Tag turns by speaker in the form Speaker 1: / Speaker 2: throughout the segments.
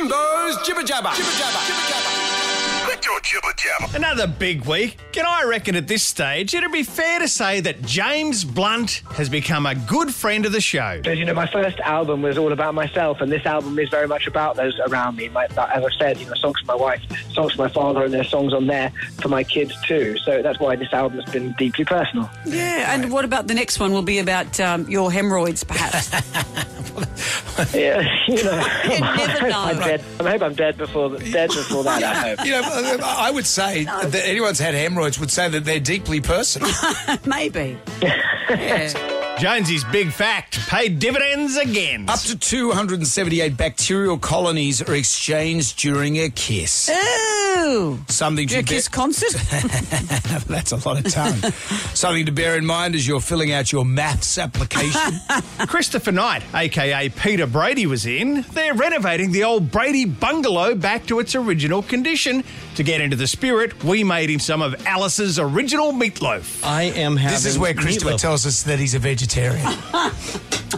Speaker 1: Jimbo's Jibber Jabber. Jibber Jabber. Jibber Jabber.
Speaker 2: Another big week, and I reckon at this stage it'd be fair to say that James Blunt has become a good friend of the show.
Speaker 3: Because you know, my first album was all about myself, and this album is very much about those around me. My, that- as I said, you know, songs for my wife, songs for my father, and there's songs on there for my kids too. So that's why this album has been deeply personal.
Speaker 4: Yeah, and what about the next one? Will be about um, your hemorrhoids, perhaps.
Speaker 3: Yeah, you know, I
Speaker 4: never
Speaker 3: hope I'm
Speaker 4: know.
Speaker 3: dead. I hope I'm dead before dead before that. I hope.
Speaker 1: You know, I would say that anyone's had hemorrhoids would say that they're deeply personal.
Speaker 4: Maybe. Yeah.
Speaker 2: Jonesy's big fact paid dividends again.
Speaker 1: Up to 278 bacterial colonies are exchanged during a kiss.
Speaker 4: Ooh.
Speaker 1: Something
Speaker 4: Do
Speaker 1: to
Speaker 4: a kiss concert?
Speaker 1: bear- that's a lot of tongue. Something to bear in mind as you're filling out your maths application.
Speaker 2: Christopher Knight, aka Peter Brady, was in. They're renovating the old Brady bungalow back to its original condition. To get into the spirit, we made him some of Alice's original meatloaf.
Speaker 5: I am having.
Speaker 1: this is where Christopher
Speaker 5: meatloaf.
Speaker 1: tells us that he's a vegetarian.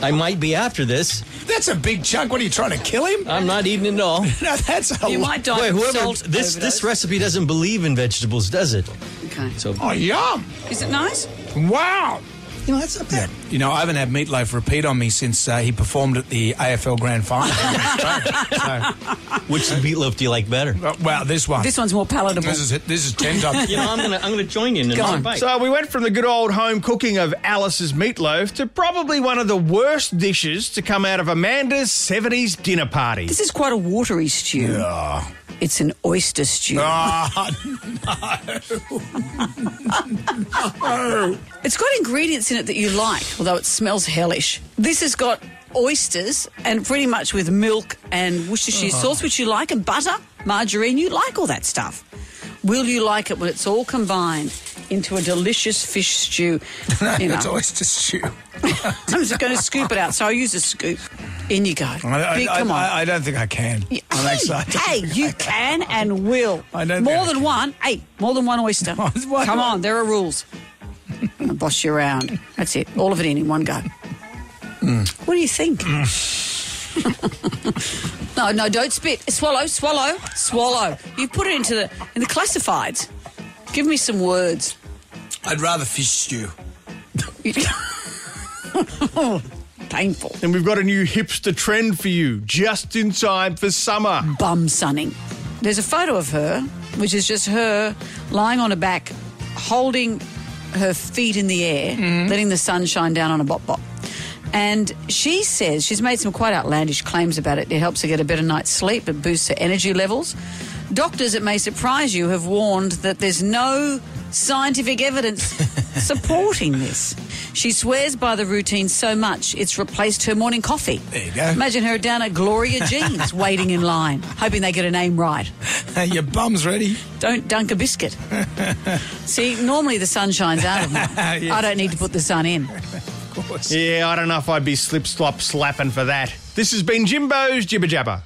Speaker 5: I might be after this.
Speaker 1: That's a big chunk. What are you trying to kill him?
Speaker 5: I'm not eating it all.
Speaker 1: No, that's a
Speaker 4: You
Speaker 1: lot.
Speaker 4: might die
Speaker 5: Wait,
Speaker 4: from
Speaker 5: whoever
Speaker 4: salt
Speaker 5: this
Speaker 4: overdose.
Speaker 5: this recipe doesn't believe in vegetables, does it?
Speaker 4: Okay.
Speaker 5: So
Speaker 1: Oh, yum.
Speaker 4: Is it nice?
Speaker 1: Wow.
Speaker 5: you know that's not bad.
Speaker 1: You know, I haven't had meatloaf repeat on me since uh, he performed at the AFL Grand Final.
Speaker 5: Which meatloaf do you like better?
Speaker 1: Uh, wow, this one.
Speaker 4: This one's more palatable.
Speaker 1: This is it. This is ten times.
Speaker 5: You know, I'm gonna I'm gonna join you in
Speaker 4: Go
Speaker 5: another
Speaker 4: on.
Speaker 5: bite.
Speaker 2: So we went from the good old home cooking of Alice's meatloaf to probably one of the worst dishes to come out of Amanda's 70s dinner party.
Speaker 4: This is quite a watery stew. It's an oyster stew.
Speaker 1: Ah,
Speaker 4: It's got ingredients in it that you like, although it smells hellish. This has got oysters and pretty much with milk and Worcestershire
Speaker 1: Ah.
Speaker 4: sauce, which you like, and butter, margarine. You like all that stuff. Will you like it when it's all combined into a delicious fish stew? You know,
Speaker 1: it's oyster stew.
Speaker 4: I'm just going to scoop it out, so I use a scoop. In you go.
Speaker 1: I, I,
Speaker 4: Big,
Speaker 1: I,
Speaker 4: come on.
Speaker 1: I, I don't think I can.
Speaker 4: Yeah,
Speaker 1: I'm
Speaker 4: hey,
Speaker 1: excited.
Speaker 4: Hey, you can and will.
Speaker 1: I don't
Speaker 4: more
Speaker 1: think I
Speaker 4: than one. Hey, more than one oyster.
Speaker 1: More than one-
Speaker 4: Come on, there are rules. I'll boss you around. That's it. All of it in in one go.
Speaker 1: Mm.
Speaker 4: What do you think? no, no, don't spit. Swallow, swallow, swallow. You put it into the in the classifieds. Give me some words.
Speaker 1: I'd rather fish stew.
Speaker 4: Painful.
Speaker 2: And we've got a new hipster trend for you, just in time for summer.
Speaker 4: bum sunning. There's a photo of her, which is just her lying on her back, holding her feet in the air,
Speaker 1: Mm-hmm.
Speaker 4: letting the sun shine down on a bop bop. And she says she's made some quite outlandish claims about it. It helps her get a better night's sleep, it boosts her energy levels. Doctors, it may surprise you, have warned that there's no scientific evidence supporting this. She swears by the routine so much it's replaced her morning coffee.
Speaker 1: There you go.
Speaker 4: Imagine her down at Gloria Jeans waiting in line, hoping they get a name right.
Speaker 1: Your bum's ready.
Speaker 4: Don't dunk a biscuit. See, normally the sun shines out of mine. I don't need to put the sun in.
Speaker 1: Of course.
Speaker 2: Yeah, I don't know if I'd be slip slop slapping for that. This has been Jimbo's Jibber Jabber.